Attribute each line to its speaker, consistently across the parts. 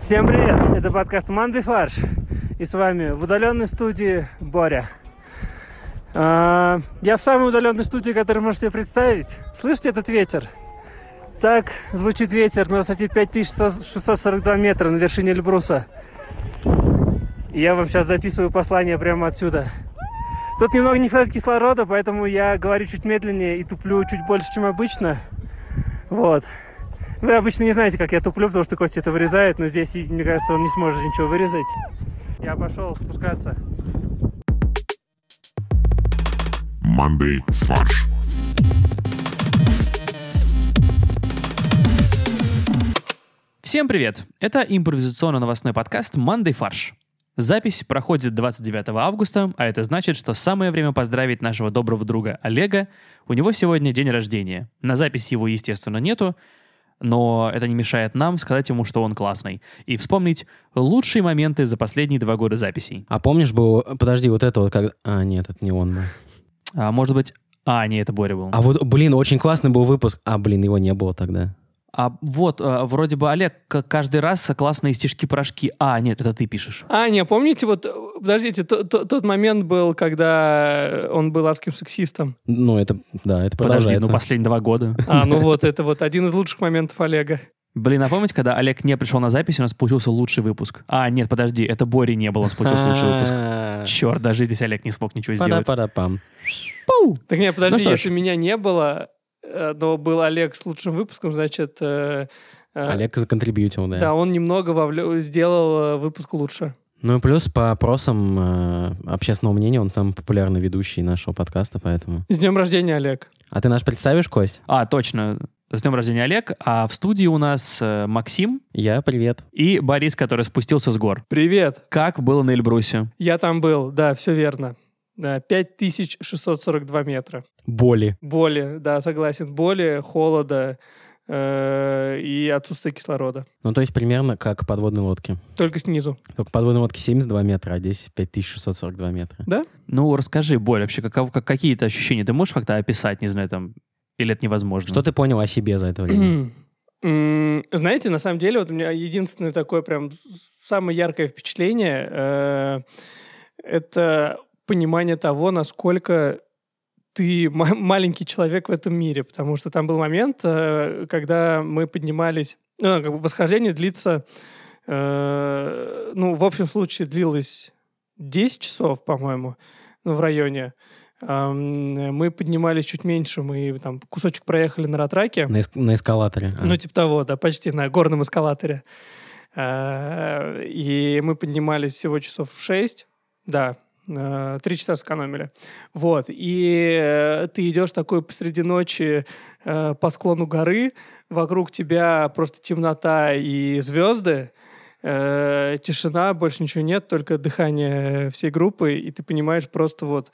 Speaker 1: Всем привет! Это подкаст «Манды фарш» и с вами в удаленной студии Боря. А, Я в самой удаленной студии, которую можете себе представить. Слышите этот ветер? Так звучит ветер на высоте 5642 метра на вершине Эльбруса. И я вам сейчас записываю послание прямо отсюда. Тут немного не хватает кислорода, поэтому я говорю чуть медленнее и туплю чуть больше, чем обычно. Вот. Вы обычно не знаете, как я туплю, потому что Костя это вырезает, но здесь, и- мне кажется, он не сможет ничего вырезать. Я пошел спускаться.
Speaker 2: Monday Фарш.
Speaker 3: Всем привет! Это импровизационно-новостной подкаст «Мандай фарш». Запись проходит 29 августа, а это значит, что самое время поздравить нашего доброго друга Олега. У него сегодня день рождения. На записи его, естественно, нету, но это не мешает нам сказать ему, что он классный. И вспомнить лучшие моменты за последние два года записей.
Speaker 4: А помнишь был, подожди, вот это вот, когда... А, нет, это не он был.
Speaker 3: А может быть... А, не, это Боря был.
Speaker 4: А вот, блин, очень классный был выпуск. А, блин, его не было тогда.
Speaker 3: А вот, э, вроде бы, Олег, к- каждый раз классные стишки-порошки. А, нет, это ты пишешь.
Speaker 5: А, не, помните, вот, э, подождите, то- то- тот момент был, когда он был адским сексистом.
Speaker 4: Ну, это, да,
Speaker 3: Подожди,
Speaker 4: это продолжается.
Speaker 3: ну последние два года.
Speaker 5: А, ну вот, это вот один из лучших моментов Олега.
Speaker 3: Блин, а помните, когда Олег не пришел на запись, у нас получился лучший выпуск? А, нет, подожди, это Бори не было, у нас получился лучший
Speaker 4: А,
Speaker 3: выпуск.
Speaker 5: А.
Speaker 3: Черт, даже здесь Олег не смог ничего сделать.
Speaker 4: Пара-пара-пам.
Speaker 3: Пау!
Speaker 5: Так не, подожди,
Speaker 3: что ж.
Speaker 5: если меня не было, э, но был Олег с лучшим выпуском, значит... э, э,
Speaker 4: А. Олег законтрибьютил, да.
Speaker 5: Да, он немного вовлё- сделал э, выпуск лучше.
Speaker 4: Ну и плюс по опросам э, общественного мнения он самый популярный ведущий нашего подкаста, поэтому...
Speaker 5: С днем рождения, Олег.
Speaker 4: А ты наш представишь, Кость?
Speaker 3: А, точно. С днем рождения, Олег. А в студии у нас э, Максим
Speaker 4: Я, привет.
Speaker 3: и Борис, который спустился с гор.
Speaker 5: Привет.
Speaker 3: Как было на Эльбрусе?
Speaker 5: Я там был, да, все верно. Да, 5642 метра.
Speaker 4: Боли.
Speaker 5: Боли, да, согласен, боли, холода э, и отсутствие кислорода.
Speaker 4: Ну, то есть примерно как подводные лодки.
Speaker 5: Только снизу.
Speaker 4: Только подводные лодки 72 метра, а здесь 5642 метра.
Speaker 3: Ну, расскажи, Борь, вообще, каков- как, какие-то ощущения? Ты можешь как-то описать, не знаю, там, или это невозможно?
Speaker 4: Что ты понял о себе за это время?
Speaker 5: М, Знаете, на самом деле, вот у меня единственное такое прям самое яркое впечатление э, это понимание того, насколько ты ма- маленький человек в этом мире, потому что там был момент, э, когда мы поднимались, ну, как бы восхождение длится, э, ну, в общем случае длилось 10 часов, по-моему, ну, в районе. Ам, Мы поднимались чуть меньше, мы там кусочек проехали на ратраке.
Speaker 4: На, эск- на эскалаторе. А.
Speaker 5: Ну, типа того, да, почти на горном эскалаторе. А, И мы поднимались всего часов в 6. Да, а, три часа сэкономили. Вот. И э, ты идешь такой посреди ночи э, по склону горы, вокруг тебя просто темнота и звезды, э, тишина, больше ничего нет, только дыхание всей группы, и ты понимаешь просто вот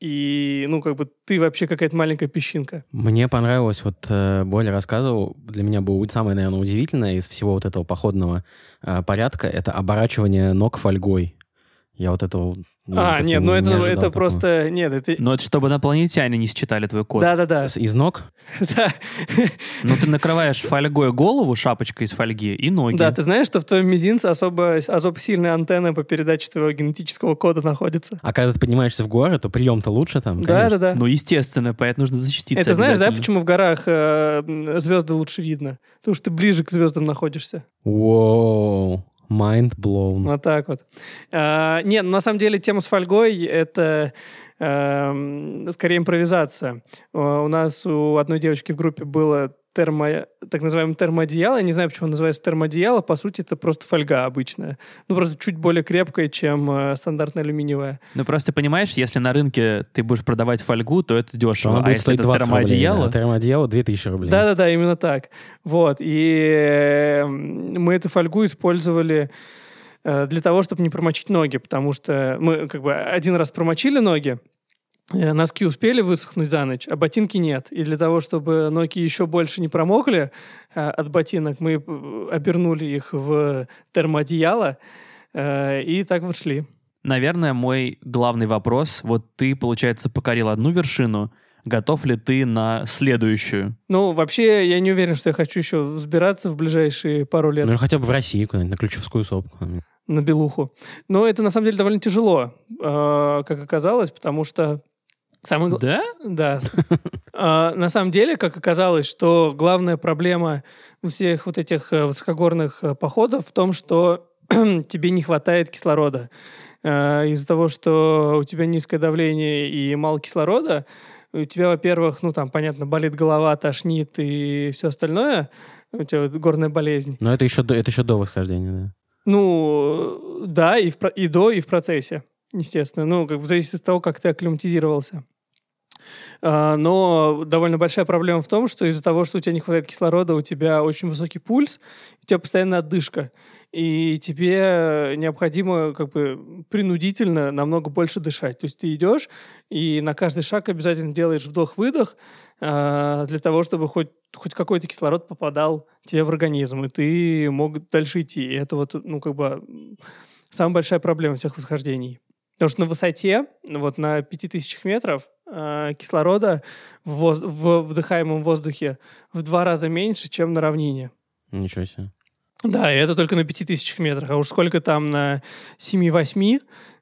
Speaker 5: и, ну, как бы ты вообще какая-то маленькая песчинка.
Speaker 4: Мне понравилось, вот э, Боря рассказывал, для меня было самое, наверное, удивительное из всего вот этого походного э, порядка, это оборачивание ног фольгой. Я вот этого... ну,
Speaker 5: а,
Speaker 4: как-то не-
Speaker 5: нет, ну
Speaker 4: не
Speaker 5: это,
Speaker 4: ожидал
Speaker 5: это
Speaker 4: такого.
Speaker 5: просто... Нет, это...
Speaker 3: Ну, это чтобы инопланетяне не считали твой код.
Speaker 5: Да-да-да.
Speaker 4: С- Из ног?
Speaker 5: Да.
Speaker 3: Ну, ты накрываешь фольгой голову, шапочкой из фольги и ноги.
Speaker 5: Да, ты знаешь, что в твоем мизинце особо, особо сильная антенна по передаче твоего генетического кода находится?
Speaker 4: А когда ты поднимаешься в горы, то прием-то лучше там, конечно.
Speaker 5: Да-да-да.
Speaker 3: Ну, естественно, поэтому нужно защититься
Speaker 5: Это знаешь, да,
Speaker 3: обязательно.
Speaker 5: почему в горах э, м, звезды лучше видно? Потому что ты ближе к звездам находишься.
Speaker 4: Воу, mind blown.
Speaker 5: Вот так вот. А, не, ну, на самом деле тема с фольгой — это эм, скорее импровизация. А, У нас у одной девочки в группе было термо, так называемое термоодеяло. Я не знаю, почему оно называется термоодеяло. По сути, это просто фольга обычная. Ну, просто чуть более крепкая, чем э, стандартная алюминиевая.
Speaker 3: Ну просто понимаешь, если на рынке ты будешь продавать фольгу, то это
Speaker 4: Что
Speaker 3: дешево.
Speaker 4: оно
Speaker 3: а
Speaker 4: будет
Speaker 3: если
Speaker 4: стоить
Speaker 3: это
Speaker 4: 20 рублей.
Speaker 3: термоодеяло,
Speaker 4: да, термоодеяло 2000 рублей.
Speaker 5: Да-да-да, именно так. Вот. И э, м, мы эту фольгу использовали э, для того, чтобы не промочить ноги, потому что мы как бы один раз промочили ноги, э, носки успели высохнуть за ночь, а ботинки нет. И для того, чтобы ноги еще больше не промокли э, от ботинок, мы э, обернули их в термоодеяло э, и так вот шли.
Speaker 3: наверное, мой главный вопрос. Вот ты, получается, покорил одну вершину, готов ли ты на следующую.
Speaker 5: Ну, вообще, я не уверен, что я хочу еще взбираться в ближайшие пару лет
Speaker 4: Ну, или хотя бы в России куда-нибудь, на Ключевскую сопку.
Speaker 5: на белуху. Но это, на самом деле, довольно тяжело, э, как оказалось, потому что... Самый...
Speaker 4: Ну,
Speaker 5: гла-
Speaker 3: Да?
Speaker 5: Да. А, На самом деле, как оказалось, что главная проблема у всех вот этих э, высокогорных э, походов в том, что тебе не хватает кислорода. Э, Из-за того, что у тебя низкое давление и мало кислорода, у тебя, во-первых, ну там, понятно, болит голова, тошнит и все остальное. У тебя вот горная болезнь.
Speaker 4: Но это еще, до- это еще до восхождения, да.
Speaker 5: Ну, э, да, и, в про- и до, и в процессе, естественно. Ну, как бы зависит от того, как ты акклиматизировался. А, Но довольно большая проблема в том, что из-за того, что у тебя не хватает кислорода, у тебя очень высокий пульс, у тебя постоянно отдышка, и тебе необходимо как бы принудительно намного больше дышать. То есть ты идешь и на каждый шаг обязательно делаешь вдох-выдох а, для того, чтобы хоть, хоть какой-то кислород попадал тебе в организм, и ты мог дальше идти. И это вот, ну, как бы м, самая большая проблема всех восхождений. Потому что на высоте, ну, вот на 5000 метров, а, кислорода в, воз- в вдыхаемом воздухе в два раза меньше, чем на равнине.
Speaker 4: Ничего себе.
Speaker 5: Да, и это только на 5000 метрах. А уж сколько там на 7-8,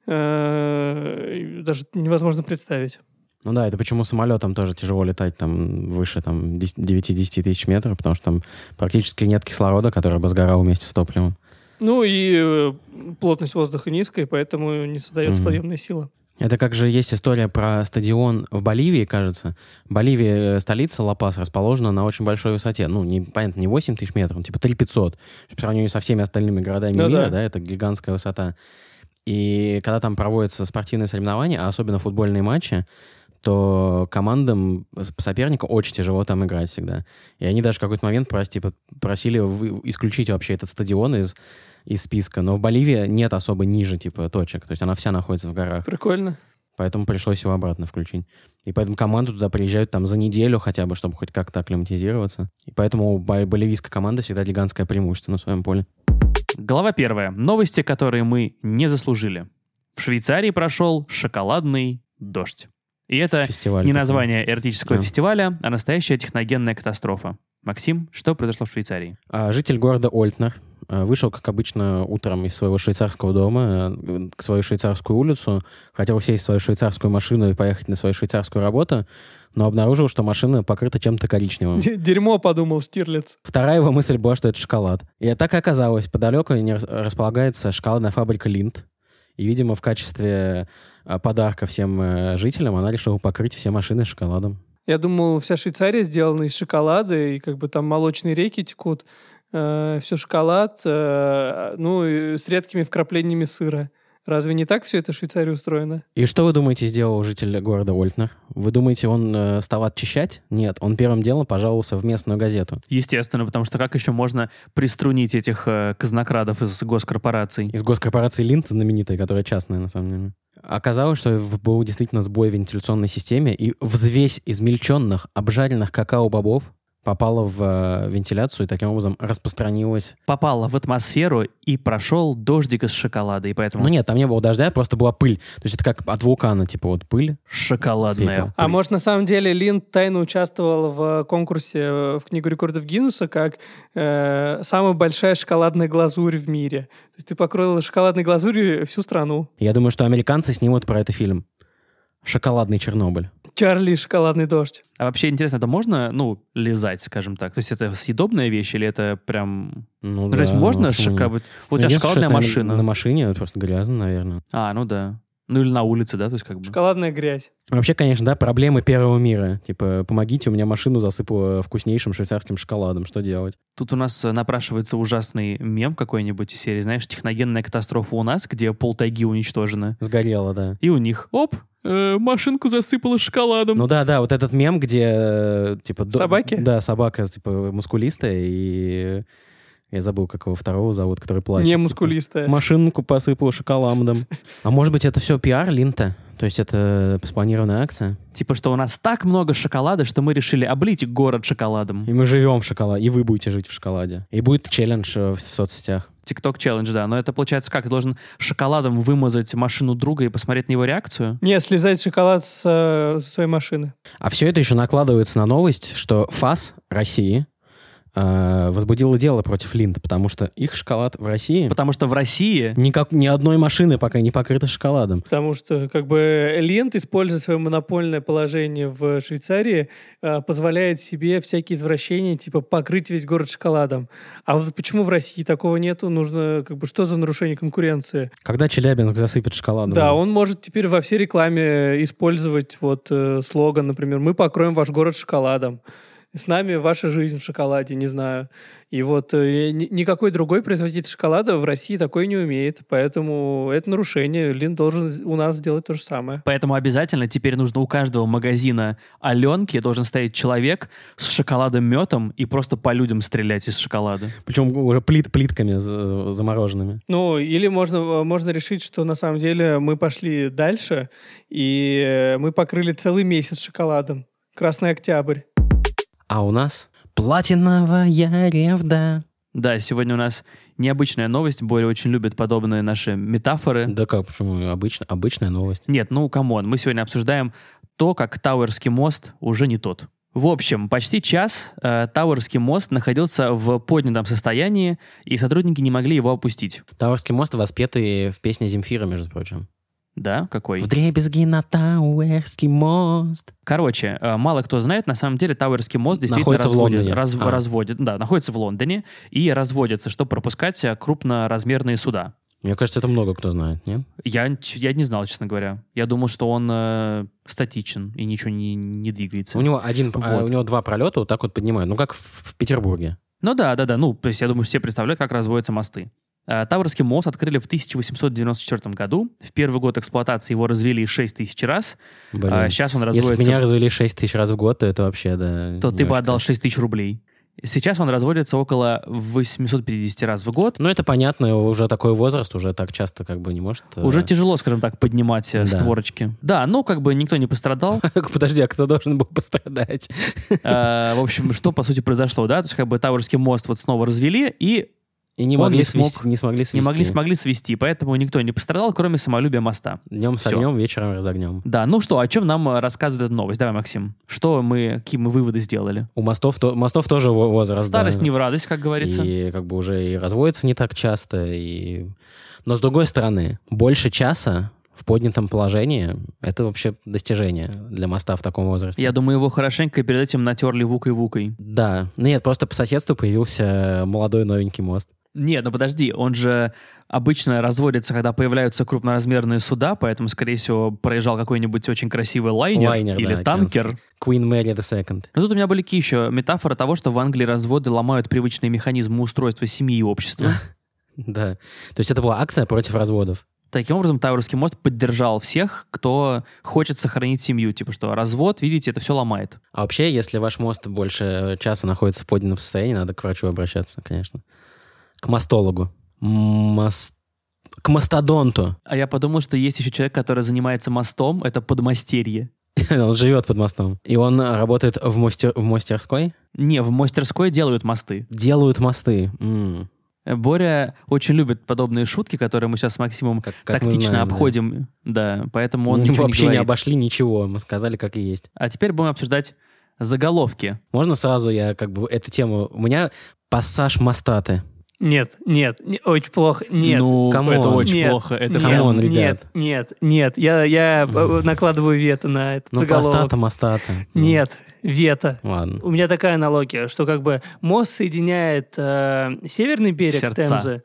Speaker 5: э, даже невозможно представить.
Speaker 4: Ну да, это почему самолетом тоже тяжело летать там выше там, 10 9-10 тысяч метров, потому что там практически нет кислорода, который бы сгорал вместе с топливом.
Speaker 5: Ну и э, плотность воздуха низкая, поэтому не создается
Speaker 4: Мгм.
Speaker 5: подъемная сила.
Speaker 4: Это как же есть история про стадион в Боливии, кажется. Боливия, э, столица Лапас, расположена на очень большой высоте. Ну, не, понятно, не 8 тысяч метров, ну, типа 3500. По сравнению со всеми остальными городами
Speaker 5: Да-да.
Speaker 4: мира, да, это гигантская высота. И когда там проводятся спортивные соревнования, а особенно футбольные матчи, то командам с- соперника очень тяжело там играть всегда. И они даже в какой-то момент прос- типа, просили вы- исключить вообще этот стадион из, из списка. Но в Боливии нет особо ниже типа точек. То есть она вся находится в горах.
Speaker 5: Прикольно.
Speaker 4: Поэтому пришлось его обратно включить. И поэтому команду туда приезжают там за неделю хотя бы, чтобы хоть как-то акклиматизироваться. И поэтому у бо- боливийской команды всегда гигантское преимущество на своем поле.
Speaker 3: Глава первая. Новости, которые мы не заслужили. В Швейцарии прошел шоколадный дождь. И это
Speaker 4: Фестиваль.
Speaker 3: не
Speaker 4: такой.
Speaker 3: название эротического
Speaker 4: Да.
Speaker 3: фестиваля, а настоящая техногенная катастрофа. Максим, что произошло в Швейцарии?
Speaker 4: А, Житель города Ольтнер э, вышел, как обычно, утром из своего швейцарского дома э, к свою швейцарскую улицу, хотел сесть в свою швейцарскую машину и поехать на свою швейцарскую работу, но обнаружил, что машина покрыта чем-то коричневым.
Speaker 5: Д- Дерьмо, подумал Штирлиц.
Speaker 4: Вторая его мысль была, что это шоколад. И так и оказалось. Подалеку не рас- располагается шоколадная фабрика «Линд». И, видимо, в качестве э, подарка всем э, жителям она решила покрыть все машины шоколадом.
Speaker 5: Я думал, вся Швейцария сделана из шоколада, и как бы там молочные реки текут, все шоколад, э, ну, и с редкими вкраплениями сыра. Разве не так все это в Швейцарии устроено?
Speaker 4: И что вы думаете сделал житель города Ольтнер? Вы думаете, он э, стал отчищать? Нет, он первым делом пожаловался в местную газету.
Speaker 3: Естественно, потому что как еще можно приструнить этих э, казнокрадов из госкорпораций?
Speaker 4: Из госкорпорации «Линд», знаменитой, которая частная, на самом деле. Оказалось, что в- был действительно сбой в вентиляционной системе, и взвесь измельченных, обжаренных какао-бобов попала в э, вентиляцию и таким образом распространилась.
Speaker 3: Попало в атмосферу и прошел дождик из шоколада, и поэтому
Speaker 4: Ну нет, там не было дождя, просто была пыль. То есть это как от вулкана, типа вот пыль.
Speaker 3: шоколадная.
Speaker 4: Пепел.
Speaker 5: А может, на самом деле Линд тайно участвовал в конкурсе э, в Книгу рекордов Гиннесса как э, самая большая шоколадная глазурь в мире. То есть ты покрыл шоколадной глазурью всю страну.
Speaker 4: Я думаю, что американцы снимут про это фильм. Шоколадный Чернобыль.
Speaker 5: Чарли и шоколадный дождь.
Speaker 3: А вообще интересно, это можно, ну, лизать, скажем так? То есть это съедобная вещь или это прям...
Speaker 4: Ну,
Speaker 3: Ну, то есть
Speaker 4: да,
Speaker 3: можно
Speaker 4: ну, почему нет?
Speaker 3: шоколад... Вот у тебя
Speaker 4: Единственное, что
Speaker 3: шоколадная
Speaker 4: это, наверное,
Speaker 3: машина.
Speaker 4: На машине просто грязно, наверное.
Speaker 3: А, ну да. Ну или на улице, да, то есть как бы...
Speaker 5: Шоколадная грязь.
Speaker 4: Вообще, конечно, да, проблемы первого мира. Типа, помогите, у меня машину засыпало вкуснейшим швейцарским шоколадом. Что делать?
Speaker 3: Тут у нас э, напрашивается ужасный мем какой-нибудь из серии, знаешь, техногенная катастрофа у нас, где полтайги уничтожены.
Speaker 4: Сгорело, да.
Speaker 3: И у них, оп, э, машинку засыпало шоколадом.
Speaker 4: Ну да, да, вот этот мем, где э, типа... до-
Speaker 5: Собаки?
Speaker 4: Да, собака, типа, мускулистая, и я забыл, как его второго зовут, который плачет.
Speaker 5: Не
Speaker 4: Типа,
Speaker 5: мускулистая.
Speaker 4: Машинку посыпал шоколадом. А может быть, это все пиар Линта? То есть это спланированная акция.
Speaker 3: Типа, что у нас так много шоколада, что мы решили облить город шоколадом.
Speaker 4: И мы живем в шоколаде, и вы будете жить в шоколаде. И будет челлендж э, в, в соцсетях.
Speaker 3: Тикток челлендж, да. Но это получается как? Ты должен шоколадом вымазать машину друга и посмотреть на его реакцию?
Speaker 5: Не, слезать шоколад с, э, со своей машины.
Speaker 4: А все это еще накладывается на новость, что ФАС России э, возбудила дело против Линд, потому что их шоколад в России
Speaker 3: Потому что в России
Speaker 4: никак, ни одной машины пока не покрыта шоколадом.
Speaker 5: Потому что, как бы, Лент, используя свое монопольное положение в Швейцарии, э, позволяет себе всякие извращения, типа, покрыть весь город шоколадом. А вот почему в России такого нету? Нужно, как бы, что за нарушение конкуренции?
Speaker 4: Когда Челябинск засыпет шоколадом?
Speaker 5: Да, он может теперь во всей рекламе э, использовать вот э, слоган, например, «Мы покроем ваш город шоколадом». С нами ваша жизнь в шоколаде, не знаю. И вот э, ни- никакой другой производитель шоколада в России такой не умеет, поэтому это нарушение. Лин должен у нас сделать то же самое.
Speaker 3: Поэтому обязательно теперь нужно у каждого магазина Аленки должен стоять человек с шоколадом метом и просто по людям стрелять из шоколада.
Speaker 4: Причем уже плит, плитками за- замороженными.
Speaker 5: Ну, или можно, можно решить, что на самом деле мы пошли дальше, и э, мы покрыли целый месяц шоколадом. Красный октябрь.
Speaker 4: А у нас платиновая ревда.
Speaker 3: Да, сегодня у нас необычная новость. Боря очень любит подобные наши метафоры.
Speaker 4: Да как, почему? Обычно, обычная новость.
Speaker 3: Нет, ну камон, мы сегодня обсуждаем то, как Тауэрский мост уже не тот. В общем, почти час э, Тауэрский мост находился в поднятом состоянии, и сотрудники не могли его опустить.
Speaker 4: Тауэрский мост воспетый в песне Земфира, между прочим.
Speaker 3: Да, какой?
Speaker 4: В дребезги на Тауэрский мост.
Speaker 3: Короче, э, мало кто знает, на самом деле Тауэрский мост действительно
Speaker 4: Находится в
Speaker 3: разводит,
Speaker 4: Лондоне.
Speaker 3: разв-
Speaker 4: А.
Speaker 3: разводит- да, находится в Лондоне и разводится, чтобы пропускать э, крупноразмерные суда.
Speaker 4: Мне кажется, это много кто знает, нет?
Speaker 3: Я, н- я не знал, честно говоря. Я думал, что он э, статичен и ничего не, не двигается.
Speaker 4: У него один, а,
Speaker 3: Вот.
Speaker 4: у него два пролета вот так вот поднимают. Ну, как в, в Петербурге.
Speaker 3: Ну да, да, да. Ну, то есть я думаю, все представляют, как разводятся мосты. А, Таврский мост открыли в 1894 году. В первый год эксплуатации его развели 6 тысяч раз. А
Speaker 4: Блин.
Speaker 3: сейчас он
Speaker 4: Если
Speaker 3: разводится...
Speaker 4: бы меня развели 6 тысяч раз в год, то это вообще, да...
Speaker 3: то ты бы
Speaker 4: немножко.
Speaker 3: отдал 6 тысяч рублей. Сейчас он разводится около 850 раз в год.
Speaker 4: Ну, это понятно, уже такой возраст, уже так часто как бы не может... э,
Speaker 3: Уже тяжело, скажем так, поднимать э,
Speaker 4: Да.
Speaker 3: створочки. Да, ну как бы никто не пострадал.
Speaker 4: Подожди, а кто должен был пострадать?
Speaker 3: Э, В общем, что по сути произошло, да? То есть как бы Таврский мост вот снова развели и
Speaker 4: И не
Speaker 3: Он
Speaker 4: могли
Speaker 3: не
Speaker 4: свести-
Speaker 3: смог-
Speaker 4: не смогли
Speaker 3: не
Speaker 4: свести.
Speaker 3: могли смогли свести, поэтому никто не пострадал, кроме самолюбия моста.
Speaker 4: Днем с
Speaker 3: Всё.
Speaker 4: огнем, вечером разогнем.
Speaker 3: Да, ну что, о чем нам э, рассказывает эта новость? Давай, Максим, что мы, какие мы выводы сделали?
Speaker 4: У мостов, то, мостов тоже во- возраст. да.
Speaker 3: Старость не в радость, как говорится.
Speaker 4: И как бы уже и разводятся не так часто. И... Но с другой стороны, больше часа в поднятом положении — это вообще достижение для моста в таком возрасте.
Speaker 3: Я думаю, его хорошенько перед этим натерли вукой-вукой.
Speaker 4: Да. Ну Нет, просто по соседству появился молодой новенький мост.
Speaker 3: Нет, ну подожди, он же обычно разводится, когда появляются крупноразмерные суда, поэтому, скорее всего, проезжал какой-нибудь очень красивый лайнер,
Speaker 4: Лайнер,
Speaker 3: или
Speaker 4: да,
Speaker 3: танкер.
Speaker 4: Queen Mary the Second.
Speaker 3: Но тут у меня были какие еще метафоры того, что в Англии разводы ломают привычные механизмы устройства семьи и общества.
Speaker 4: Да. То есть это была акция против разводов.
Speaker 3: Таким образом, Тауэрский мост поддержал всех, кто хочет сохранить семью. Типа что развод, видите, это все ломает.
Speaker 4: А вообще, если ваш мост больше часа находится в поднятом состоянии, надо к врачу обращаться, конечно. К мостологу. Мост... К мастодонту.
Speaker 3: А я подумал, что есть еще человек, который занимается мостом, это подмастерье.
Speaker 4: Он живет под мостом. И он э, работает в, мастер... в мастерской.
Speaker 3: Не, в мастерской делают мосты.
Speaker 4: Делают мосты. М,
Speaker 3: Боря очень любит подобные шутки, которые мы сейчас с Максимом
Speaker 4: Как- как мы
Speaker 3: тактично
Speaker 4: знаем, да.
Speaker 3: обходим. Да. поэтому он
Speaker 4: Мы
Speaker 3: ничего не
Speaker 4: вообще не,
Speaker 3: говорит.
Speaker 4: обошли ничего. Мы сказали, как и есть.
Speaker 3: А теперь будем обсуждать заголовки.
Speaker 4: Можно сразу я как бы эту тему... У меня пассаж мостаты.
Speaker 5: Нет, нет, не- очень плохо, нет.
Speaker 3: ну,
Speaker 4: камон.
Speaker 3: это очень
Speaker 5: Нет,
Speaker 3: плохо. Это
Speaker 5: нет,
Speaker 3: прям-
Speaker 4: Камон, ребят.
Speaker 5: Нет, нет, нет. Я, я э, накладываю вето на этот
Speaker 4: Ну,
Speaker 5: заголовок.
Speaker 4: простата мостата. Ну,
Speaker 5: Нет, вето.
Speaker 4: Ладно.
Speaker 5: У меня такая аналогия, что как бы мост соединяет э, северный берег
Speaker 3: Сердца.
Speaker 5: Темзы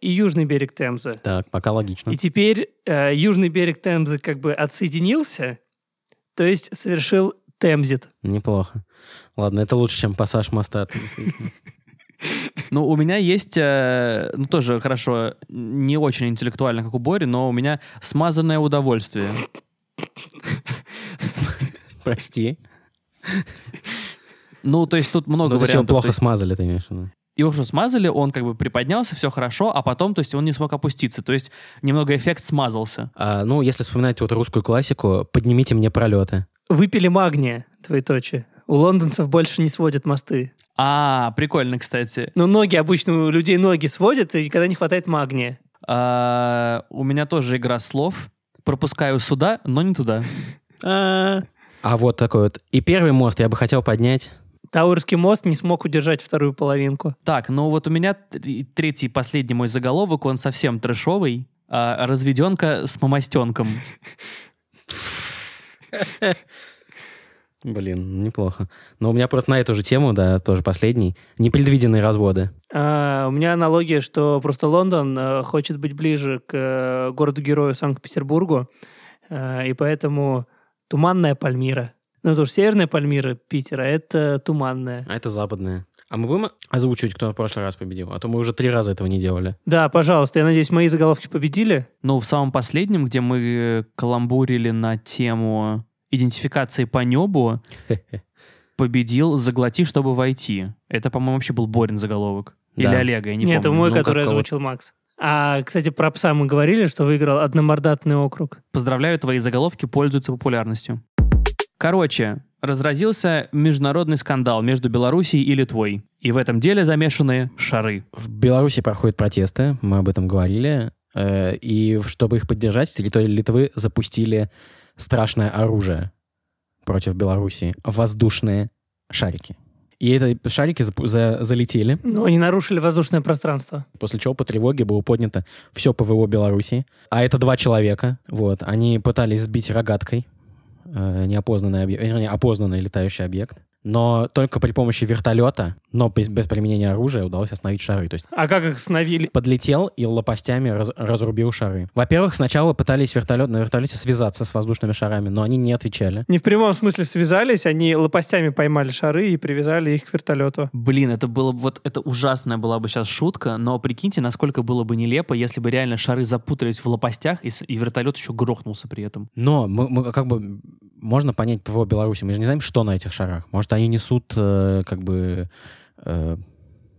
Speaker 5: и южный берег Темзы.
Speaker 4: Так, пока логично.
Speaker 5: И
Speaker 3: Хм.
Speaker 5: теперь э, южный берег Темзы как бы отсоединился, то есть совершил Темзит.
Speaker 4: Неплохо. Ладно, это лучше, чем пассаж мостата. действительно.
Speaker 3: Ну, у меня есть, э, ну, тоже хорошо, не очень интеллектуально, как у Бори, но у меня смазанное удовольствие.
Speaker 4: Прости.
Speaker 3: Ну, то есть тут много
Speaker 4: Ну, ты всё
Speaker 3: вариантов. Ну, то
Speaker 4: плохо
Speaker 3: есть
Speaker 4: Ну, смазали, ты имеешь в виду.
Speaker 3: Его что, смазали, он как бы приподнялся, все хорошо, а потом, то есть он не смог опуститься. То есть немного эффект смазался.
Speaker 4: А, ну, если вспоминать вот русскую классику, поднимите мне пролеты.
Speaker 5: Выпили магния, двоеточие. У лондонцев больше не сводят мосты.
Speaker 3: А, прикольно, кстати.
Speaker 5: Но ноги обычно у людей ноги сводят, и когда не хватает магния.
Speaker 3: А, у меня тоже игра слов. Пропускаю сюда, но не туда.
Speaker 4: А а вот такой вот. И первый мост я бы хотел поднять.
Speaker 5: Тауэрский мост не смог удержать вторую половинку.
Speaker 3: Так, ну вот у меня т- третий и последний мой заголовок, он совсем трэшовый. А, разведенка с мамостенком.
Speaker 4: Блин, неплохо. Но у меня просто на эту же тему, да, тоже последний. Непредвиденные разводы.
Speaker 5: А, у меня аналогия, что просто Лондон э, хочет быть ближе к э, городу-герою Санкт-Петербургу, э, и поэтому туманная Пальмира. Ну, потому что северная Пальмира Питера — это туманная.
Speaker 4: А это западные. А мы будем озвучивать, кто в прошлый раз победил? А то мы уже три раза этого не делали.
Speaker 5: Да, пожалуйста, я надеюсь, мои заголовки победили.
Speaker 3: Ну, в самом последнем, где мы э, каламбурили на тему идентификации по небу, победил «Заглоти, чтобы войти». Это, по-моему, вообще был Борин заголовок. Или
Speaker 4: Да.
Speaker 3: Олега, я не
Speaker 5: Нет, это
Speaker 3: помню.
Speaker 5: мой,
Speaker 4: Ну,
Speaker 5: который
Speaker 4: какого-то.
Speaker 5: озвучил Макс. А, кстати, про пса мы говорили, что выиграл одномордатный округ.
Speaker 3: Поздравляю, твои заголовки пользуются популярностью. Короче, разразился международный скандал между Белоруссией и Литвой. И в этом деле замешаны шары.
Speaker 4: В Беларуси проходят протесты, мы об этом говорили. Э, И чтобы их поддержать, с территории Литвы запустили страшное оружие против Белоруссии. Воздушные шарики. И эти шарики запу- за- залетели,
Speaker 5: Но они нарушили воздушное пространство.
Speaker 4: после чего по тревоге было поднято все ПВО Белоруссии. А это два человека. Вот. Они пытались сбить рогаткой э, неопознанный объект, вернее, опознанный летающий объект. Но только при помощи вертолета, но без- без применения оружия удалось остановить шары. То есть
Speaker 5: А как их остановили?
Speaker 4: подлетел и лопастями раз- разрубил шары. Во-первых, сначала пытались вертолет, на вертолете связаться с воздушными шарами, но они не отвечали.
Speaker 5: Не в прямом смысле связались, они лопастями поймали шары и привязали их к вертолету.
Speaker 3: Блин, это было бы вот это ужасная была бы сейчас шутка, но прикиньте, насколько было бы нелепо, если бы реально шары запутались в лопастях и, с- и вертолет еще грохнулся при этом.
Speaker 4: Но мы, мы как бы можно понять ПВО Беларуси. Мы же не знаем, что на этих шарах. Может, они несут э, как бы э,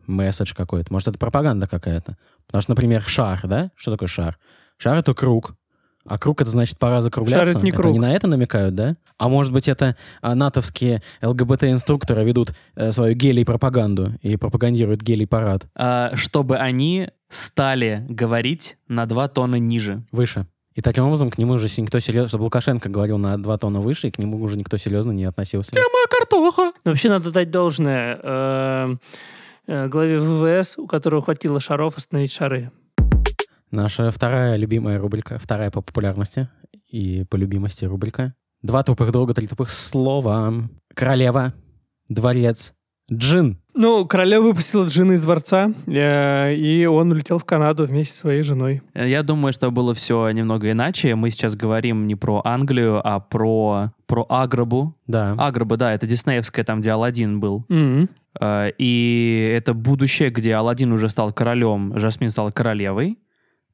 Speaker 4: месседж какой-то. Может, это пропаганда какая-то. Потому что, например, шар, да? Что такое шар? Шар — это круг. А круг — это значит, пора закругляться.
Speaker 5: Шар это не круг.
Speaker 4: не на это намекают, да? А может быть, это а, натовские ЛГБТ-инструкторы ведут э, свою гелий-пропаганду и пропагандируют гелий-парад
Speaker 3: А, чтобы они стали говорить на два тона ниже.
Speaker 4: выше. И таким образом к нему уже никто серьезно... Чтобы Лукашенко говорил на два тона выше, и к нему уже никто серьезно не относился.
Speaker 3: Картоха!
Speaker 5: Но вообще надо дать должное э, э, главе ВВС, у которого хватило шаров остановить шары.
Speaker 4: Наша вторая любимая рубрика, вторая по популярности и по любимости рубрика. Два тупых друга, три тупых слова. Королева, дворец, джин.
Speaker 5: Ну, королева выпустила джина из дворца, э, и он улетел в Канаду вместе со своей женой.
Speaker 3: Э, Я думаю, что было все немного иначе. Мы сейчас говорим не про Англию, а про, про Агробу.
Speaker 4: Да.
Speaker 3: Агроба, да, это диснеевская, там, где Алладин был.
Speaker 5: Мгм.
Speaker 3: Э, И это будущее, где Алладин уже стал королем, Жасмин стала королевой.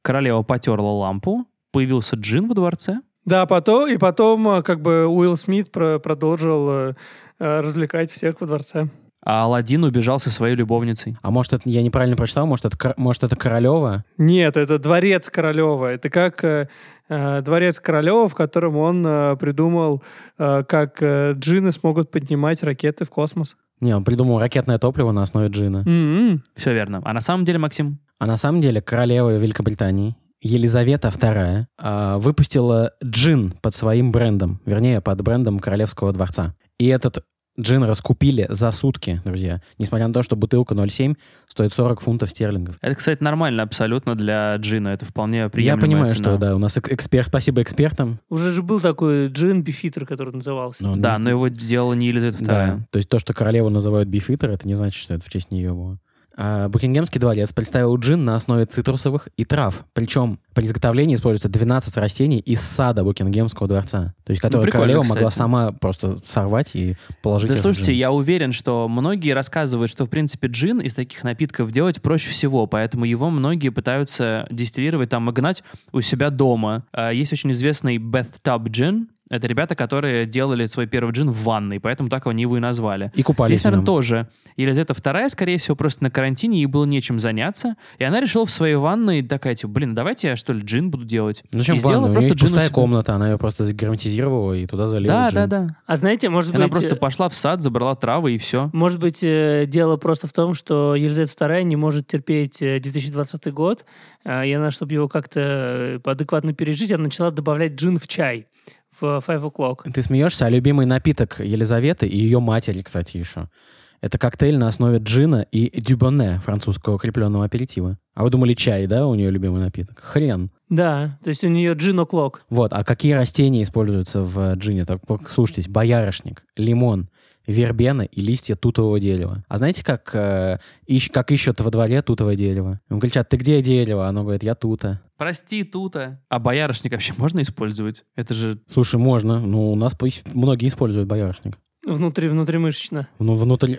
Speaker 3: Королева потерла лампу, появился джин во дворце.
Speaker 5: Да, потом, и потом э, как бы Уилл Смит про- продолжил э, э, развлекать всех во дворце.
Speaker 3: А Алладин убежал со своей любовницей.
Speaker 4: А может, это я неправильно прочитал, может, это, Кор- может, это Королева?
Speaker 5: Нет, это дворец Королева. Это как э, э, дворец Королева, в котором он э, придумал, э, как э, джины смогут поднимать ракеты в космос.
Speaker 4: Не, он придумал ракетное топливо на основе джина.
Speaker 5: М-м.
Speaker 3: Все верно. А на самом деле, Максим,
Speaker 4: А на самом деле королева Великобритании Елизавета II а, выпустила джин под своим брендом, вернее, под брендом Королевского дворца. И этот джин раскупили за сутки, друзья. Несмотря на то, что бутылка 0,7 стоит 40 фунтов стерлингов.
Speaker 3: это, кстати, нормально абсолютно для джина. Это вполне
Speaker 4: Я
Speaker 3: приемлемая
Speaker 4: понимаю,
Speaker 3: цена.
Speaker 4: что да, у нас эк- эксперт, спасибо экспертам.
Speaker 5: Уже же был такой джин бифитер, который назывался.
Speaker 4: Но,
Speaker 3: Да, но его делала не Елизавета II.
Speaker 4: Да, то есть то, что королеву называют бифитер, это не значит, что это в честь нее было. А, Букингемский дворец представил джин на основе цитрусовых и трав. Причем при изготовлении используется 12 растений из сада Букингемского дворца. То есть, которые
Speaker 3: Ну, прикольно,
Speaker 4: королева
Speaker 3: кстати.
Speaker 4: могла сама просто сорвать и положить
Speaker 3: Да
Speaker 4: их в
Speaker 3: слушайте,
Speaker 4: джин.
Speaker 3: я уверен, что многие рассказывают, что в принципе джин из таких напитков делать проще всего, поэтому его многие пытаются дистиллировать там и гнать у себя дома. А, Есть очень известный bathtub джин, Это ребята, которые делали свой первый джин в ванной, поэтому так они его и назвали.
Speaker 4: И купались
Speaker 3: Здесь,
Speaker 4: в нем.
Speaker 3: наверное, тоже. Елизавета вторая, скорее всего, просто на карантине, ей было нечем заняться. И она решила в своей ванной такая, типа, блин, давайте я, что ли, джин буду делать.
Speaker 4: Ну, чем
Speaker 3: и
Speaker 4: ванна?
Speaker 3: сделала
Speaker 4: У
Speaker 3: просто
Speaker 4: нее есть
Speaker 3: джин у
Speaker 4: пустая
Speaker 3: себя.
Speaker 4: комната, она ее просто загерметизировала и туда залила
Speaker 3: Да,
Speaker 4: джин.
Speaker 3: да, да.
Speaker 6: А знаете, может
Speaker 3: Она
Speaker 6: быть, э,
Speaker 3: просто пошла в сад, забрала травы и все.
Speaker 6: может быть э, дело просто в том, что Елизавета Вторая не может терпеть э, 2020 год, э, и она, чтобы его как-то э, адекватно пережить, она начала добавлять джин в чай в э, Five O'Clock.
Speaker 4: Ты смеешься, а любимый напиток Елизаветы и ее матери, кстати, еще. Это коктейль на основе джина и дюбоне, французского крепленного аперитива. А вы думали, чай, да, у нее любимый напиток? Хрен.
Speaker 6: Да, то есть у нее джин оклок.
Speaker 4: Вот, а какие растения используются в э, джине? Так, вот, слушайтесь, боярышник, лимон, вербена и листья тутового дерева. А знаете, как, э, ищ- как ищут во дворе тутовое дерево? Им кричат, ты где дерево? А Оно говорит, я тута.
Speaker 3: Прости, тута. А боярышник вообще можно использовать? Это же...
Speaker 4: Слушай, можно. Ну, у нас пос- многие используют боярышник.
Speaker 6: Внутри, внутримышечно.
Speaker 4: Ну, внутрь...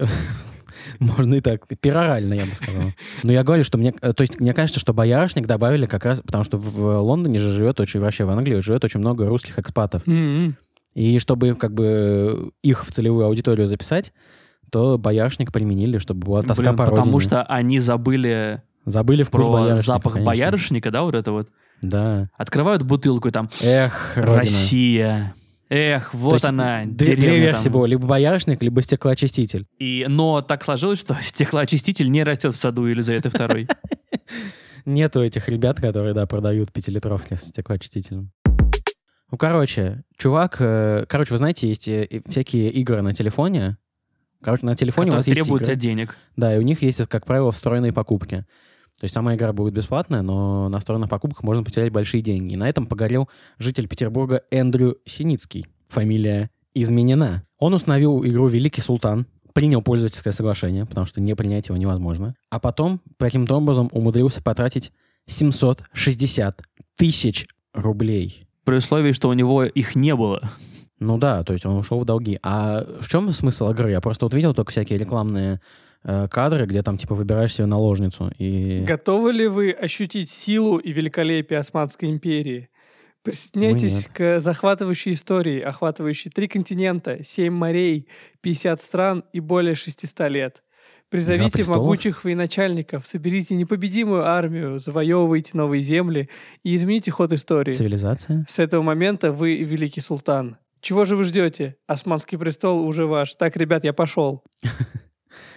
Speaker 4: Можно и так. Перорально, я бы сказал. Но я говорю, что мне... э, То есть, мне кажется, что боярышник добавили как раз... Потому что в в Лондоне же живет очень... Вообще в Англии живет очень много русских экспатов.
Speaker 5: М-м.
Speaker 4: И чтобы как бы их в целевую аудиторию записать, то боярышник применили, чтобы была тоска
Speaker 3: блин,
Speaker 4: по
Speaker 3: потому
Speaker 4: родине.
Speaker 3: что они забыли
Speaker 4: Забыли вкус
Speaker 3: про
Speaker 4: боярышника,
Speaker 3: запах
Speaker 4: конечно.
Speaker 3: боярышника, да, вот это вот.
Speaker 4: Да.
Speaker 3: Открывают бутылку и там
Speaker 4: Эх, родина.
Speaker 3: Россия. Эх,
Speaker 4: То
Speaker 3: вот
Speaker 4: есть
Speaker 3: она,
Speaker 4: Две, две
Speaker 3: деревня
Speaker 4: версии
Speaker 3: там.
Speaker 4: было. Либо боярышник, либо стеклоочиститель.
Speaker 3: И, но так сложилось, что стеклоочиститель не растет в саду Елизаветы второй.
Speaker 4: Нету этих ребят, которые, да, продают пятилитровки с стеклоочистителем. Ну, короче, чувак... э, Короче, вы знаете, есть э, и всякие игры на телефоне. Короче, на телефоне у
Speaker 3: Который
Speaker 4: вас есть
Speaker 3: требует
Speaker 4: игры.
Speaker 3: тебя денег.
Speaker 4: Да, и у них есть, как правило, встроенные покупки. То есть сама игра будет бесплатная, но на встроенных покупках можно потерять большие деньги. И на этом погорел житель Петербурга Эндрю Синицкий. Фамилия изменена. Он установил игру «Великий султан», принял пользовательское соглашение, потому что не принять его невозможно. А потом каким-то образом умудрился потратить 760 тысяч рублей.
Speaker 3: При условии, что у него их не было.
Speaker 4: Ну да, то есть он ушел в долги. А в чем смысл игры? Я просто вот видел только всякие рекламные э, кадры, где там типа выбираешь себе наложницу и...
Speaker 5: Готовы ли вы ощутить силу и великолепие Османской империи? Присоединяйтесь
Speaker 4: Мы
Speaker 5: к захватывающей истории, охватывающей три континента, семь морей, 50 стран и более 600 лет. Призовите
Speaker 4: престолов?
Speaker 5: могучих военачальников, соберите непобедимую армию, завоевывайте новые земли и измените ход истории.
Speaker 4: Цивилизация?
Speaker 5: С этого момента вы великий султан. Чего же вы ждете? Османский престол уже ваш. Так, ребят, я пошел.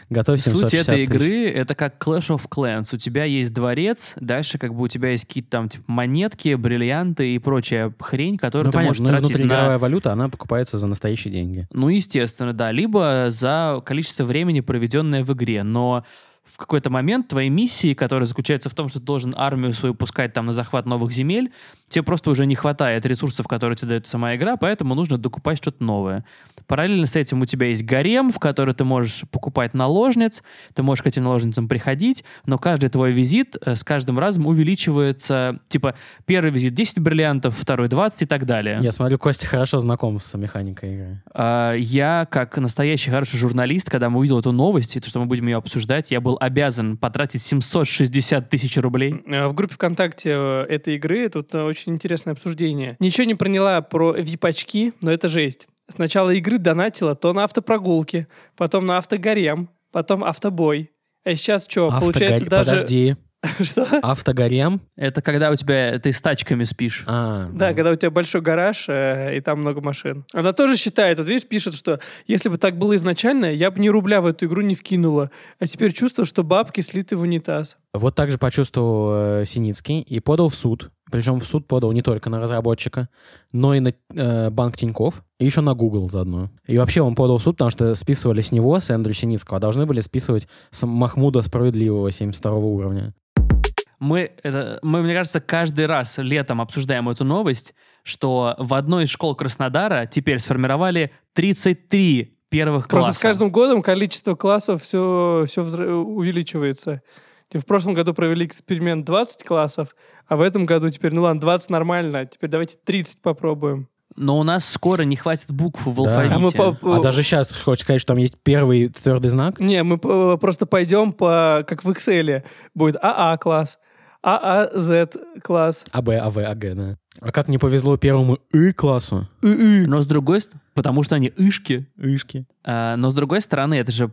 Speaker 4: Готовь
Speaker 3: Суть
Speaker 4: 760
Speaker 3: этой
Speaker 4: тысяч. Ну,
Speaker 3: игры — это как Clash of Clans. У тебя есть дворец, дальше как бы у тебя есть какие-то там типа, монетки, бриллианты и прочая хрень, которую
Speaker 4: Ну
Speaker 3: ты
Speaker 4: понятно, ну,
Speaker 3: можешь тратить
Speaker 4: внутриигровая
Speaker 3: на...
Speaker 4: валюта, она покупается за настоящие деньги.
Speaker 3: Ну, естественно, да. Либо за количество времени, проведенное в игре. Но в какой-то момент твои миссии, которые заключаются в том, что ты должен армию свою пускать там на захват новых земель, тебе просто уже не хватает ресурсов, которые тебе дает сама игра, поэтому нужно докупать что-то новое. Параллельно с этим у тебя есть гарем, в который ты можешь покупать наложниц, ты можешь к этим наложницам приходить, но каждый твой визит э, с каждым разом увеличивается, типа, первый визит 10 бриллиантов, второй 20 и так далее.
Speaker 4: Я смотрю, Костя хорошо знаком с механикой игры.
Speaker 3: А, Я, как настоящий хороший журналист, когда мы увидел эту новость, и то, что мы будем ее обсуждать, я был обязан потратить 760 тысяч рублей.
Speaker 5: Э, В группе ВКонтакте э, этой игры тут э, очень интересное обсуждение. Ничего не проняла про випачки, но это жесть. Сначала игры донатила то на автопрогулки, потом на автогарем, потом автобой. А сейчас что,
Speaker 4: Автогарь-
Speaker 5: получается даже...
Speaker 4: Подожди,
Speaker 5: Что?
Speaker 4: автогарем?
Speaker 3: Это когда у тебя ты с тачками спишь.
Speaker 4: А,
Speaker 5: Да,
Speaker 4: ну,
Speaker 5: когда у тебя большой гараж э, и там много машин. Она тоже считает, вот видишь, пишет, что если бы так было изначально, я бы ни рубля в эту игру не вкинула. А теперь чувство, что бабки слиты в унитаз.
Speaker 4: Вот так же почувствовал э, Синицкий и подал в суд. Причем в суд подал не только на разработчика, но и на э, банк Тиньков, и еще на Google заодно. И вообще он подал в суд, потому что списывали с него, с Эндрю Синицкого, а должны были списывать с Махмуда Справедливого 72 уровня.
Speaker 3: Мы, это, мы, мне кажется, каждый раз летом обсуждаем эту новость, что в одной из школ Краснодара теперь сформировали 33 первых
Speaker 5: Просто
Speaker 3: класса.
Speaker 5: с каждым годом количество классов все, все увеличивается. Типа В прошлом году провели эксперимент 20 классов, а в этом году теперь, ну ладно, 20 нормально, теперь давайте 30 попробуем.
Speaker 3: Но у нас скоро не хватит букв в
Speaker 4: Да.
Speaker 3: алфавите.
Speaker 4: А
Speaker 5: А мы по-
Speaker 4: А
Speaker 5: по-
Speaker 4: даже сейчас хочешь сказать, что там есть первый и твердый знак?
Speaker 5: Не, мы по- просто пойдем по, как в Excel, будет АА-класс, ААЗ-класс.
Speaker 4: АБ, АВ, АГ, да. А как не повезло первому И-классу?
Speaker 3: Но с другой стороны, потому что они ишки,
Speaker 4: Ишки.
Speaker 3: А, Но с другой стороны, это же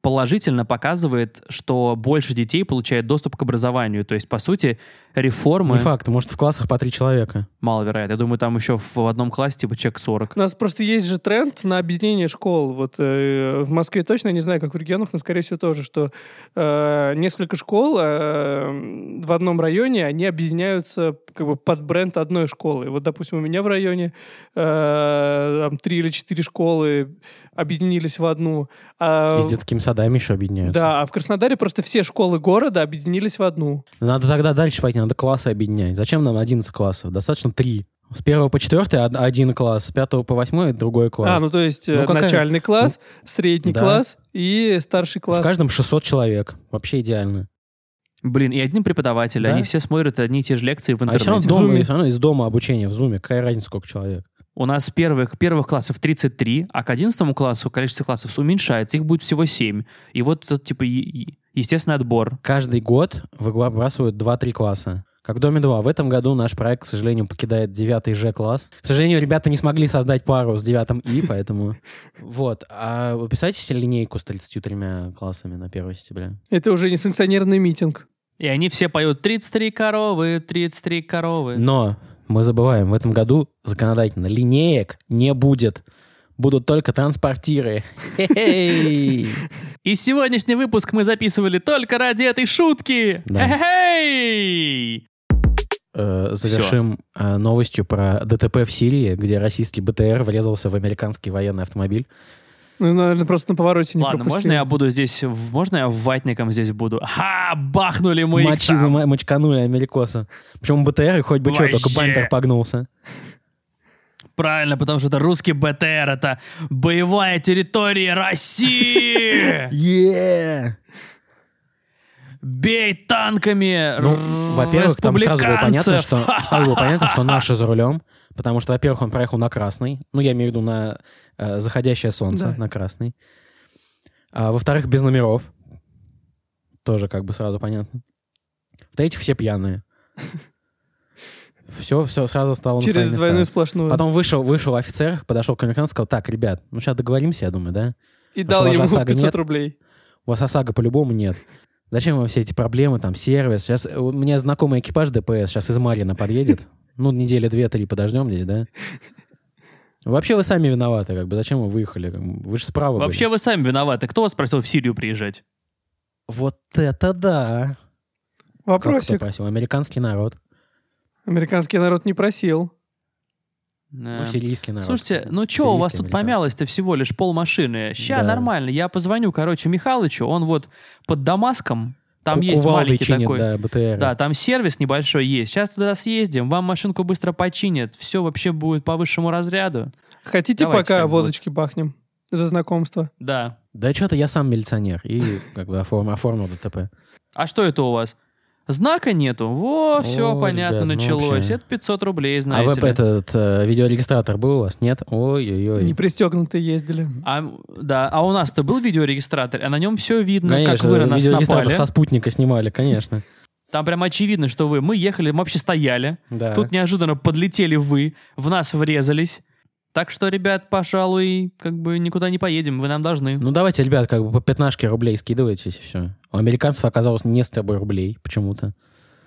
Speaker 3: положительно показывает, что больше детей получает доступ к образованию. То есть, по сути, реформы
Speaker 4: Не факт, может, в классах по три человека.
Speaker 3: маловероятны. Я думаю, там еще в одном классе типа человек 40.
Speaker 4: Ну,
Speaker 5: У нас просто есть же тренд на объединение школ. Вот э, в Москве точно, я не знаю, как в регионах, но, скорее всего, тоже, что э, несколько школ э, в одном районе, они объединяются как бы под бренд одной школы. Вот, допустим, у меня в районе э, там три или четыре школы объединились в одну. А
Speaker 4: И с детскими садами еще объединяются.
Speaker 5: да, а в Краснодаре просто все школы города объединились в одну.
Speaker 4: Надо тогда дальше пойти, надо классы объединять. Зачем нам 11 классов? Достаточно 3. С первого по четвертый од- один класс, с пятого по восьмой другой класс.
Speaker 5: А, ну то есть э,
Speaker 4: Ну, какая- Ну,
Speaker 5: начальный класс, средний
Speaker 4: Да.
Speaker 5: класс и старший
Speaker 4: В
Speaker 5: класс.
Speaker 4: каждом 600 человек. Вообще идеально.
Speaker 3: Блин, и одни преподаватели,
Speaker 4: Да.
Speaker 3: они все смотрят одни и те же лекции в
Speaker 4: А все
Speaker 3: интернете.
Speaker 4: равно,
Speaker 5: В
Speaker 4: дома,
Speaker 5: Зуме.
Speaker 4: всё равно из дома обучение в зуме. Какая разница, сколько человек?
Speaker 3: У нас первых, первых классов 33, а к 11 классу количество классов уменьшается, их будет всего 7. И вот тут, типа, е- е- естественный отбор.
Speaker 4: Каждый год выбрасывают 2-3 класса. Как в Доме 2. В этом году наш проект, к сожалению, покидает 9 Ж-класс. К сожалению, ребята не смогли создать пару с 9 И, поэтому... Вот. А вы писаете себе линейку с 33 классами на 1 сентября?
Speaker 5: Это уже не санкционированный митинг.
Speaker 3: И они все поют 33 коровы, 33 коровы.
Speaker 4: Но мы забываем, в этом году законодательно линеек не будет. Будут только транспортиры. Хе-хей.
Speaker 3: И сегодняшний выпуск мы записывали только ради этой шутки.
Speaker 4: Да.
Speaker 3: Хе-хей!
Speaker 4: Э, Завершим э, новостью про ДТП в Сирии, где российский БТР врезался в американский военный автомобиль.
Speaker 5: Ну, наверное, просто на повороте не
Speaker 3: Ладно,
Speaker 5: пропустил.
Speaker 3: можно я буду здесь, в- можно я ватником здесь буду? Ха, бахнули мы их
Speaker 4: Мочи
Speaker 3: там.
Speaker 4: зама- мочканули америкоса. Причем БТР, и хоть бы что, только
Speaker 3: Вообще.
Speaker 4: бампер погнулся.
Speaker 3: Правильно, потому что это русский БТР, это боевая территория России!
Speaker 4: Е!
Speaker 3: Бей танками!
Speaker 4: Ну,
Speaker 3: р-
Speaker 4: во-первых, там сразу было понятно,
Speaker 3: республиканцев!
Speaker 4: что сразу было понятно, что наши за рулем, потому что, во-первых, он проехал на красный, ну я имею в виду на э, заходящее солнце,
Speaker 5: Да.
Speaker 4: на красный. А, во-вторых, без номеров, тоже как бы сразу понятно. В-третьих, все пьяные. Все, все сразу стало на свои
Speaker 5: Через
Speaker 4: места.
Speaker 5: двойную сплошную.
Speaker 4: Потом вышел, вышел офицер, подошел к американцу, сказал, так, ребят, ну сейчас договоримся, я думаю, да?
Speaker 5: и дал
Speaker 4: Сложа
Speaker 5: ему
Speaker 4: сага
Speaker 5: 500
Speaker 4: нет?
Speaker 5: рублей.
Speaker 4: У вас ОСАГО по-любому нет. Зачем вам все эти проблемы, там, сервис? Сейчас э, у меня знакомый экипаж ДПС сейчас из Марина подъедет. Ну, недели две-три подождем здесь, да? Вообще вы сами виноваты, как бы. Зачем вы выехали? Как бы, Вы же справа были.
Speaker 3: Вообще вы сами виноваты. Кто вас просил в Сирию приезжать?
Speaker 4: Вот это да! Как кто
Speaker 5: Вопросик.
Speaker 4: просил? Американский народ.
Speaker 5: Американский народ не просил.
Speaker 3: Да.
Speaker 4: Ну, сирийский народ.
Speaker 3: Э, Слушайте, ну чё, у вас тут
Speaker 4: Сирийский, американский.
Speaker 3: помялось-то всего лишь полмашины. Ща
Speaker 4: Да.
Speaker 3: нормально, я позвоню, короче, Михалычу, он вот под Дамаском, там
Speaker 4: Ку-
Speaker 3: есть
Speaker 4: кувалдой
Speaker 3: маленький
Speaker 4: чинит,
Speaker 3: такой...
Speaker 4: да, БТР.
Speaker 3: Да, там сервис небольшой есть. Сейчас туда съездим, вам машинку быстро починят. Все вообще будет по высшему разряду.
Speaker 5: Хотите,
Speaker 3: Давайте
Speaker 5: пока
Speaker 3: как-нибудь.
Speaker 5: водочки бахнем за знакомство?
Speaker 3: Да.
Speaker 4: Да что-то я сам милиционер. И как бы оформ- оформил ДТП.
Speaker 3: А что это у вас? Знака нету. Во, все
Speaker 4: О,
Speaker 3: понятно,
Speaker 4: ребят, ну
Speaker 3: началось.
Speaker 4: вообще.
Speaker 3: Это 500 рублей,
Speaker 4: А
Speaker 3: знаете.
Speaker 4: вы
Speaker 3: ли.
Speaker 4: этот э, видеорегистратор был у вас? Нет? Ой-ой-ой.
Speaker 5: Не пристегнутые ездили.
Speaker 3: А, да, а у нас-то был видеорегистратор, а на нем все видно, как
Speaker 4: Конечно,
Speaker 3: вы на нас
Speaker 4: видеорегистратор
Speaker 3: напали.
Speaker 4: со спутника снимали, конечно.
Speaker 3: Там прям очевидно, что вы. Мы ехали, мы вообще стояли.
Speaker 4: Да.
Speaker 3: Тут неожиданно подлетели вы, в нас врезались. Так что, ребят, пожалуй, как бы никуда не поедем, вы нам должны.
Speaker 4: Ну давайте, ребят, как бы по пятнашке рублей скидывайтесь и все. У американцев оказалось не с тобой рублей почему-то.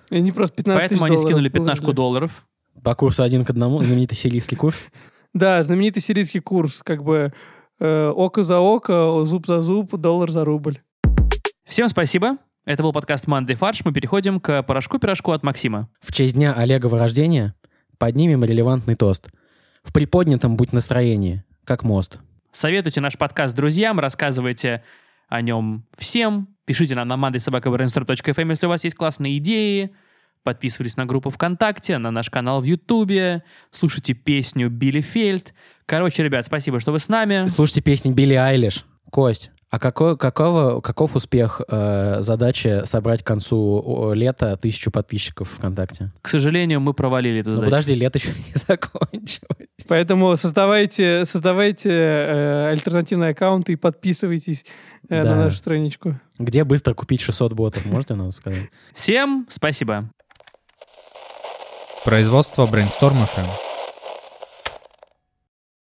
Speaker 5: И Они просто 15 тысяч
Speaker 3: Поэтому они
Speaker 5: долларов
Speaker 3: скинули
Speaker 5: выложили.
Speaker 3: пятнашку долларов.
Speaker 4: По курсу один к одному, знаменитый сирийский курс.
Speaker 5: Да, знаменитый сирийский курс, как бы э, око за око, зуб за зуб, доллар за рубль.
Speaker 3: Всем спасибо. Это был подкаст «Манды фарш». Мы переходим к порошку-пирожку от Максима.
Speaker 4: В честь дня Олегова рождения поднимем релевантный тост. В приподнятом будь настроении, как мост.
Speaker 3: Советуйте наш подкаст друзьям, рассказывайте о нем всем. Пишите нам на mandaysobakabrainstorm.fm, эм, если у вас есть классные идеи. Подписывайтесь на группу ВКонтакте, на наш канал в Ютубе. Слушайте песню Билли Фельд. Короче, ребят, спасибо, что вы с нами.
Speaker 4: Слушайте песни Билли Айлиш. Кость, а какой, какого, каков успех э, задачи собрать к концу о, лета тысячу подписчиков ВКонтакте?
Speaker 3: К сожалению, мы провалили эту
Speaker 4: Ну
Speaker 3: задачу.
Speaker 4: подожди, лето еще не закончилось.
Speaker 5: Поэтому создавайте, создавайте э, альтернативные аккаунты и подписывайтесь э,
Speaker 4: Да.
Speaker 5: на нашу страничку.
Speaker 4: Где быстро купить 600 ботов, можете нам сказать?
Speaker 3: Всем спасибо.
Speaker 7: Производство Brainstorm FM.